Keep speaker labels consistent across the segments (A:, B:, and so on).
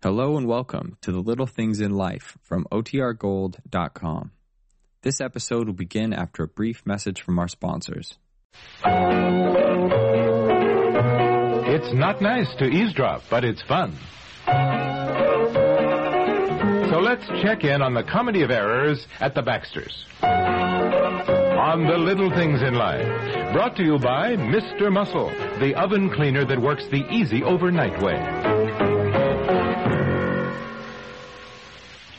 A: Hello and welcome to the Little Things in Life from OTRGold.com. This episode will begin after a brief message from our sponsors.
B: It's not nice to eavesdrop, but it's fun. So let's check in on the comedy of errors at the Baxters. On the little things in life. Brought to you by Mr. Muscle, the oven cleaner that works the easy overnight way.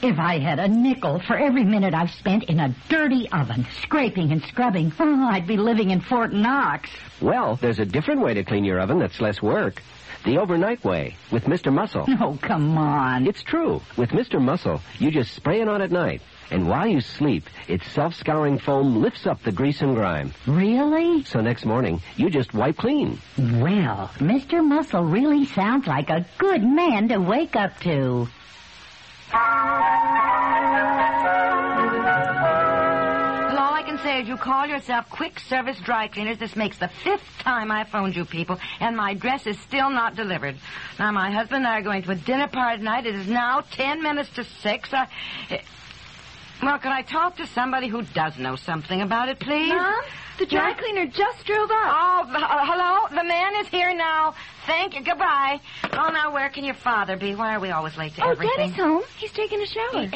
C: If I had a nickel for every minute I've spent in a dirty oven, scraping and scrubbing, oh, I'd be living in Fort Knox.
D: Well, there's a different way to clean your oven that's less work. The overnight way, with Mr. Muscle.
C: Oh, come on.
D: It's true. With Mr. Muscle, you just spray it on at night. And while you sleep, its self-scouring foam lifts up the grease and grime.
C: Really?
D: So next morning, you just wipe clean.
C: Well, Mr. Muscle really sounds like a good man to wake up to.
E: Well, all I can say is you call yourself quick service dry cleaners. This makes the fifth time I phoned you people, and my dress is still not delivered. Now, my husband and I are going to a dinner party tonight. It is now ten minutes to six. I. eh, Well, could I talk to somebody who does know something about it, please?
F: Mom, the dry
E: Yeah?
F: cleaner just drove up.
E: Oh, the- uh, hello? The man is here now. Thank you. Goodbye. Oh, now, where can your father be? Why are we always late to
F: Oh,
E: everything?
F: Daddy's home. He's taking a shower.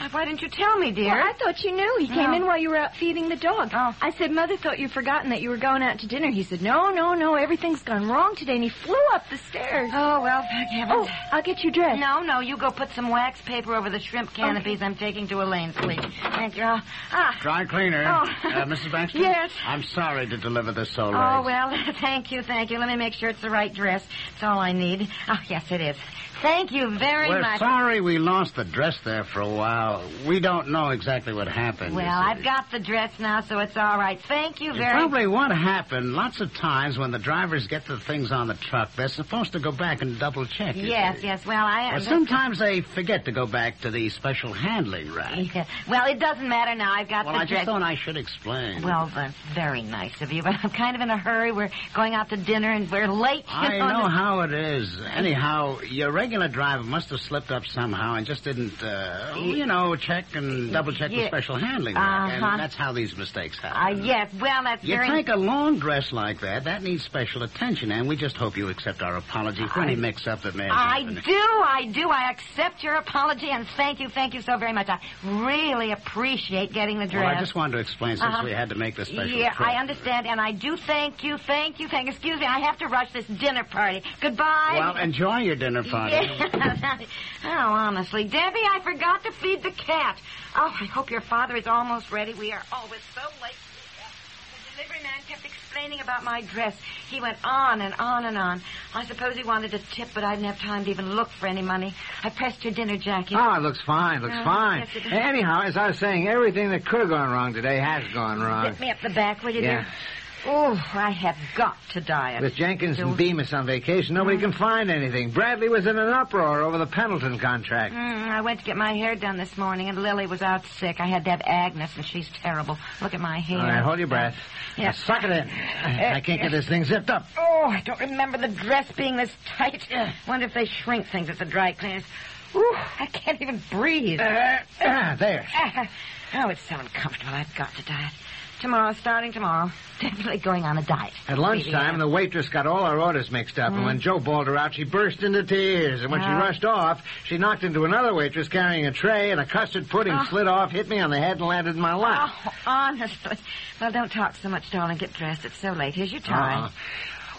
E: Uh, Why didn't you tell me, dear?
F: Well, I thought you knew. He came
E: No.
F: in while you were out feeding the dog.
E: Oh.
F: I said, Mother thought you'd forgotten that you were going out to dinner. He said, No, no, no. Everything's gone wrong today. And he flew up the stairs.
E: Oh, well, thank heavens.
F: Oh, I'll get you dressed.
E: No, no, you go put some wax paper over the shrimp canopies I'm taking to Elaine's, please. Thank you. Ah, Ah.
G: Dry cleaner.
E: Oh.
G: Uh, Mrs. Baxter?
E: Yes.
G: I'm sorry to deliver this so late.
E: Oh, well, thank you, thank you. Let me make sure it's the right dress. It's all I need. Oh, yes, it is. Thank you very
G: We're
E: much.
G: sorry we lost the dress there for a while. We don't know exactly what happened. you
E: Well,
G: see.
E: I've got the dress now, so it's all right. Thank you very much.
G: Probably what happened, lots of times when the drivers get the things on the truck, they're supposed to go back and double check. you
E: Yes,
G: see.
E: yes. Well, I.
G: Well, sometimes they forget to go back to the special handling rack.
E: Yeah. Well, it doesn't matter now. I've got
G: Well,
E: the
G: I
E: dress.
G: just thought I should explain.
E: Well, that's very nice of you, but I'm kind of in a hurry. We're going out to dinner, and we're late. you
G: I
E: know.
G: know how it is. Anyhow, your regular driver must have slipped up somehow and just didn't, uh, you know, check and double check
E: Yeah.
G: the special handling. rack.
E: Uh-huh.
G: And that's how these mistakes
E: Ah,
G: happen.
E: yes. Well, that's
G: You
E: very.
G: take a long dress like that, that needs special attention, and we just hope you accept our apology for any mix-up that may have
E: I
G: happened.
E: do, I do. I accept your apology and thank you, thank you so very much. I really appreciate getting the dress.
G: Well, I just wanted to explain since
E: Uh-huh.
G: we had to make this special
E: yeah,
G: trip.
E: I understand, and I do thank you, thank you, thank. Excuse me, I have to rush this dinner party. Goodbye.
G: Well, enjoy your dinner party.
E: Yeah. oh, honestly, Debbie, I forgot to feed the cat. Oh, I hope your father is almost ready. We are always so late. The delivery man kept explaining about my dress. He went on and on and on. I suppose he wanted a tip, but I didn't have time to even look for any money. I pressed your dinner jacket.
G: Ah,
H: Oh, it looks fine. Looks
E: Oh,
H: fine.
E: yes, it does.
H: Anyhow, as I was saying, everything that could have gone wrong today has gone wrong.
E: Hit me up the back, will you,
H: Yeah.
E: dear? Oh, I have got to diet.
H: With Jenkins
E: Do-
H: and Bemis on vacation, nobody can find anything. Bradley was in an uproar over the Pendleton contract.
E: Mm, I went to get my hair done this morning, and Lily was out sick. I had to have Agnes, and she's terrible. Look at my hair.
H: All right, hold your breath.
E: Yeah.
H: Now suck it in. I can't get this thing zipped up.
E: Oh, I don't remember the dress being this tight. Wonder if they shrink things at the dry cleaners. Ooh, I can't even breathe.
H: there.
E: oh, it's so uncomfortable. I've got to diet. Tomorrow, starting tomorrow, definitely going on a diet.
H: At lunchtime, the waitress got all our orders mixed up, and
E: Mm.
H: when Joe bawled her out, she burst into tears. And when she
E: Oh.
H: rushed off, she knocked into another waitress carrying a tray, and a custard pudding
E: Uh.
H: slid off, hit me on the head, and landed in my lap.
E: Oh, honestly. Well, don't talk so much, darling. Get dressed. It's so late. Here's your
H: Ah,
E: tie.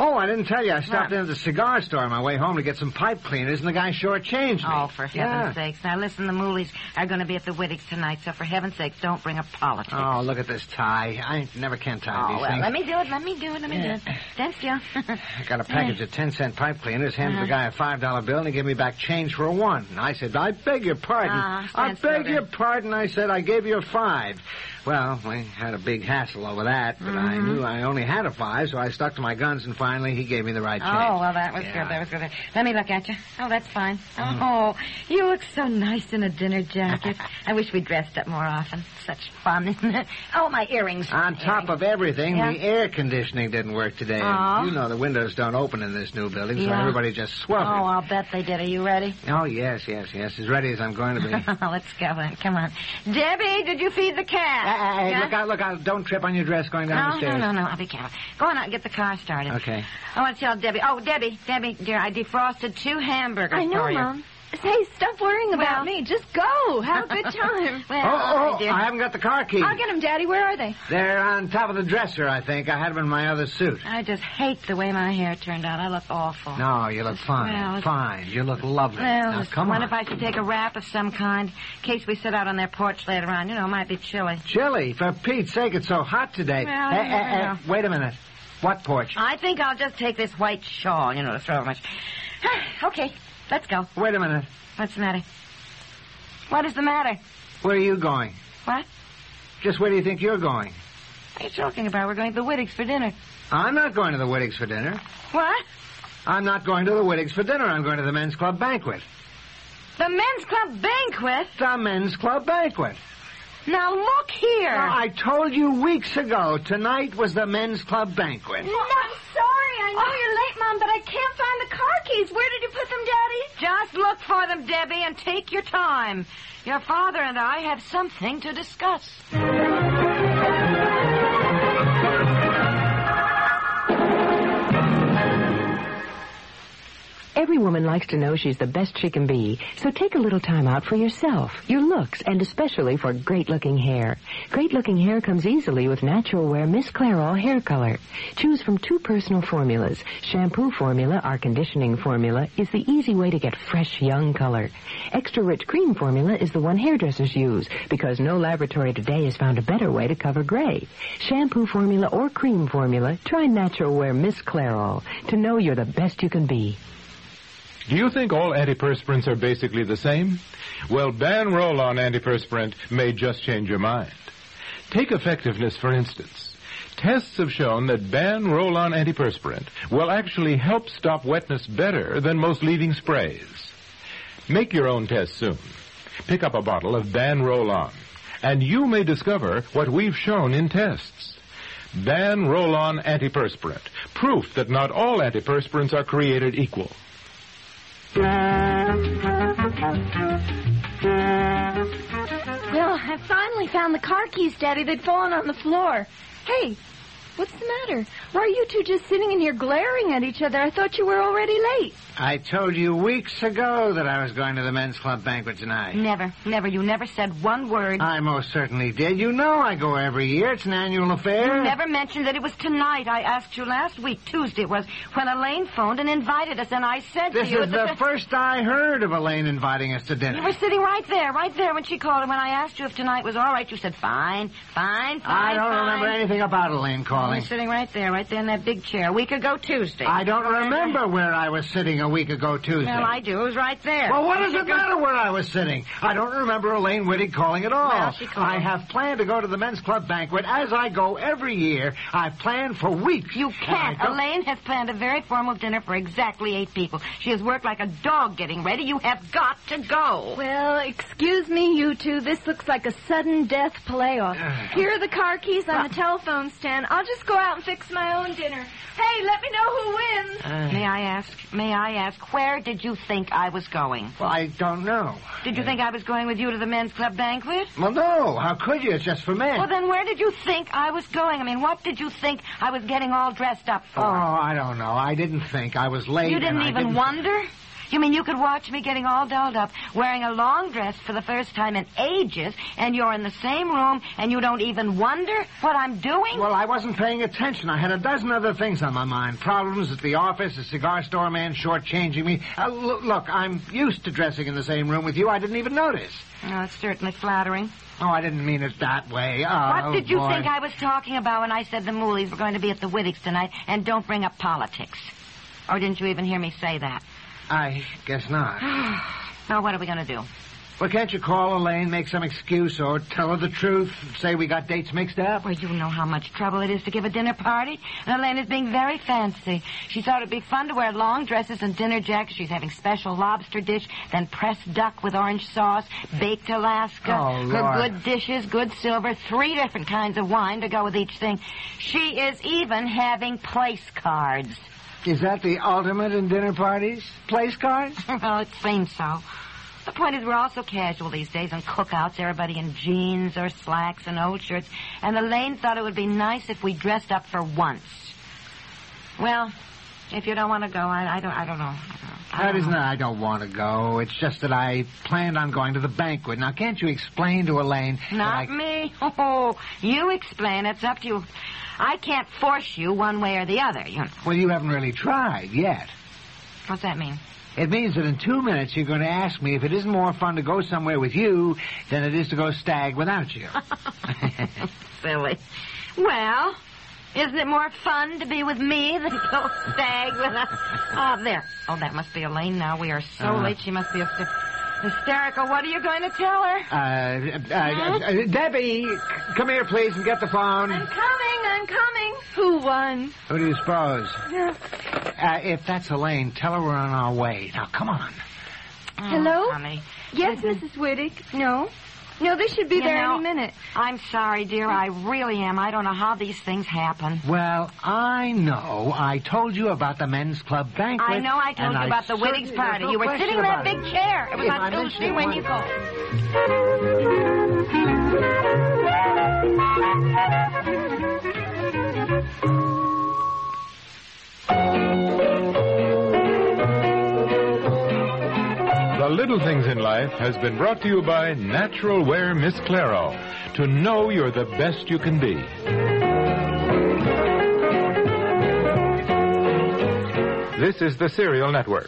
H: Oh, I didn't tell you. I stopped
E: What?
H: in at the cigar store on my way home to get some pipe cleaners, and the guy shortchanged me.
E: Oh, for heaven's
H: Yeah.
E: sakes. Now, listen, the Moolies are going to be at the Whittigs tonight, so for heaven's sakes, don't bring up politics.
H: Oh, look at this tie. I never can tie
E: Oh,
H: these
E: well,
H: things.
E: let me do it. Let me do it. Let me do it. Stand still.
H: I got a package of 10 cent pipe cleaners, handed
E: Mm.
H: the guy a $5 bill, and he gave me back change for a one. And I said, I beg your pardon.
E: Ah,
H: I
E: stand still
H: beg
E: there.
H: your pardon. I said, I gave you a five.
E: Mm-hmm.
H: Well, we had a big hassle over that, but I knew I only had a five, so I stuck to my guns and finally he gave me the right change.
E: Oh, well, that was
H: Yeah.
E: good. That was good. Let me look at you. Oh, that's fine.
F: Mm-hmm.
E: Oh, you look so nice in a dinner jacket. I wish we dressed up more often. Such fun, isn't it? Oh, my earrings.
H: On top of everything,
E: Yeah.
H: the air conditioning didn't work today.
E: Aw.
H: You know the windows don't open in this new building, so
E: Yeah.
H: everybody just
E: Oh,
H: sweltered.
E: I'll bet they did. Are you ready? Oh,
H: Oh, yes, yes, yes. As ready as I'm going to be. Uh,
E: Let's go then. Come on. Debbie, did you feed the cat?
F: Uh-uh,
H: uh, hey,
E: Yeah?
H: look out, look out. Don't trip on your dress going down the
E: No, no,
H: stairs.
E: no, no. I'll be careful. Go on out and get the car started.
H: Okay.
E: I want to tell Debbie. Oh, Debbie, Debbie, dear, I defrosted two hamburgers
F: I know,
E: for you.
F: Mom. Say, stop worrying
E: Well-
F: about me. Just go. Have a good time.
E: Well,
H: Oh, oh,
E: dear.
H: I haven't got the car key.
F: I'll get them, Daddy. Where are they?
H: They're on top of the dresser, I think. I had them in my other suit.
E: I just hate the way my hair turned out. I look awful.
H: No, you look fine.
E: Well,
H: fine. You look lovely.
E: Well,
H: now,
E: just
H: come on.
E: wonder if I should take a wrap of some kind in case we sit out on their porch later on. You know, it might be chilly.
H: Chilly, for Pete's sake, it's so hot today.
E: Well, you
H: Hey, hey, hey,
E: know.
H: wait a minute. What porch?
E: I think I'll just take this white shawl, you know, to throw over my... okay, let's go.
H: Wait a minute.
E: What's the matter? What is the matter?
H: Where are you going?
E: What?
H: Just where do you think you're going?
E: What are you talking about? We're going to the Whittigs for dinner.
H: I'm not going to the Whittigs for dinner.
E: What?
H: I'm not going to the Whittigs for dinner. I'm going to the men's club banquet.
E: The men's club banquet?
H: The men's club banquet.
E: Now look here.
H: Now, I told you weeks ago tonight was the men's club banquet.
F: No, I'm sorry. I know
E: Oh.
F: you're late, Mom, but I can't find the car keys. Where did you put them, Daddy?
E: Just look for them, Debbie, and take your time. Your father and I have something to discuss.
I: Every woman likes to know she's the best she can be, so take a little time out for yourself, your looks, and especially for great-looking hair. Great-looking hair comes easily with Natural Wear Miss Clairol hair color. Choose from two personal formulas. Shampoo formula, our conditioning formula, is the easy way to get fresh, young color. Extra rich cream formula is the one hairdressers use because no laboratory today has found a better way to cover gray. Shampoo formula or cream formula, try Natural Wear Miss Clairol to know you're the best you can be.
B: Do you think all antiperspirants are basically the same? Well, ban roll on antiperspirant may just change your mind. Take effectiveness, for instance. Tests have shown that ban roll on antiperspirant will actually help stop wetness better than most leading sprays. Make your own test soon. Pick up a bottle of Ban Roll On, and you may discover what we've shown in tests. Ban Roll On Antiperspirant. Proof that not all antiperspirants are created equal.
F: Well, I finally found the car keys, Daddy. They'd fallen on the floor. Hey, what's the matter? Why are you two just sitting in here glaring at each other? I thought you were already late.
H: I told you weeks ago that I was going to the men's club banquet tonight.
E: Never, never. You never said one
I: Uh-huh.
E: word.
H: I most certainly did. You know I go every year. It's an annual affair.
E: you never mentioned that it was tonight. I asked you last week, Tuesday it was, when Elaine phoned and invited us, and I said
H: This
E: to you...
H: is the first I heard of Elaine inviting us to
E: You
H: dinner.
E: were sitting right there, right there when she called, and when I asked you if tonight was all right, you said, fine, fine, fine,
H: I don't
E: fine."
H: remember anything about Elaine
E: You
H: calling.
E: were sitting right there, right there in that big chair, a week ago Tuesday.
H: I don't remember where I was sitting a week ago Tuesday.
E: Well, I do. It was right there.
H: Well, what does it matter where I was sitting? I don't remember Elaine Whittig calling at all.
E: Well, she called.
H: I have planned to go to the men's club banquet as I go every year. I've planned for weeks.
E: You can't.
H: And I don't-
E: Elaine has planned a very formal dinner for exactly eight people. She has worked like a dog getting ready. You have got to go.
F: Well, excuse me, you two. This looks like a sudden death playoff. Here are the car keys on the telephone stand. I'll just go out and fix my own dinner. Hey, let me know who wins.
E: May I ask? May I ask? Where did you think I was going?
H: Well, I don't know.
E: Did you think I was going with you to the men's club banquet?
H: Well, no. How could you? It's just for men.
E: Well, then where did you think I was going? I mean, what did you think I was getting all dressed up
H: Oh,
E: for?
H: I don't know. I didn't think. I was late.
E: you
H: and
E: didn't
H: I
E: even wonder? You mean you could watch me getting all dolled up, wearing a long dress for the first time in ages, and you're in the same room, and you don't even wonder what I'm doing?
H: Well, I wasn't paying attention. I had a dozen other things on my mind. Problems at the office, a cigar store man shortchanging me. Uh, l- look, I'm used to dressing in the same room with you. I didn't even notice.
E: Oh, it's certainly flattering.
H: Oh, I didn't mean it that way. Oh,
E: What did you
H: boy.
E: think I was talking about when I said the Mooleys were going to be at the Whittigs tonight and don't bring up politics? Oh, Or didn't you even hear me say that?
H: I guess not.
E: Now, what are we going to do?
H: Well, can't you call Elaine, make some excuse, or tell her the truth? Say we got dates mixed up?
E: Well, you know how much trouble it is to give a dinner party, and Elena's being very fancy. She thought it'd be fun to wear long dresses and dinner jackets. She's having special lobster dish, then pressed duck with orange sauce, baked Alaska.
H: Oh,
E: her
H: Lord.
E: good dishes, good silver, three different kinds of wine to go with each thing. She is even having place cards.
H: Is that the ultimate in dinner parties? Place cards?
E: well, it seems so. The point is, we're all so casual these days on cookouts, everybody in jeans or slacks and old shirts, and Elaine thought it would be nice if we dressed up for once. Well, if you don't want to go, I, I don't. I don't know. I
H: That
E: don't
H: isn't
E: know.
H: that I don't want to go. It's just that I planned on going to the banquet. Now, can't you explain to Elaine that I...
E: Not me. Oh, you explain. It's up to you. I can't force you one way or the other. You know.
H: Well, you haven't really tried yet.
E: What's that mean?
H: It means that in two minutes you're going to ask me if it isn't more fun to go somewhere with you than it is to go stag without you.
E: Silly. Well, isn't it more fun to be with me than to go stag with a... Oh, there. Oh, that must be Elaine now. We are so
H: Uh-huh.
E: late. She must be hyster- hysterical. What are you going to tell her?
H: Uh, uh, uh, uh, Debbie, c- come here, please, and get the phone.
F: Coming, I'm coming. Who won?
H: Who do you suppose? Uh, if that's Elaine, tell her we're on our way. Now, come on.
F: Hello?
E: Honey,
F: Yes, Mrs. Whittick. No. No, they should be
E: You
F: there
E: know-
F: any minute.
E: I'm sorry, dear. I really am. I don't know how these things happen.
H: Well, I know. I told you about the men's club banquet.
E: I know I told
H: and
E: you about the
H: certainly-
E: Whitting's party.
H: there's no
E: you were
H: question
E: sitting in that
H: about it.
E: big chair. It was
H: If I
E: on Tuesday
H: mentioned
E: when
H: one-
E: you called.
B: The Little Things in Life has been brought to you by Natural Wear Miss Claro. To know you're the best you can be. This is the Serial Network.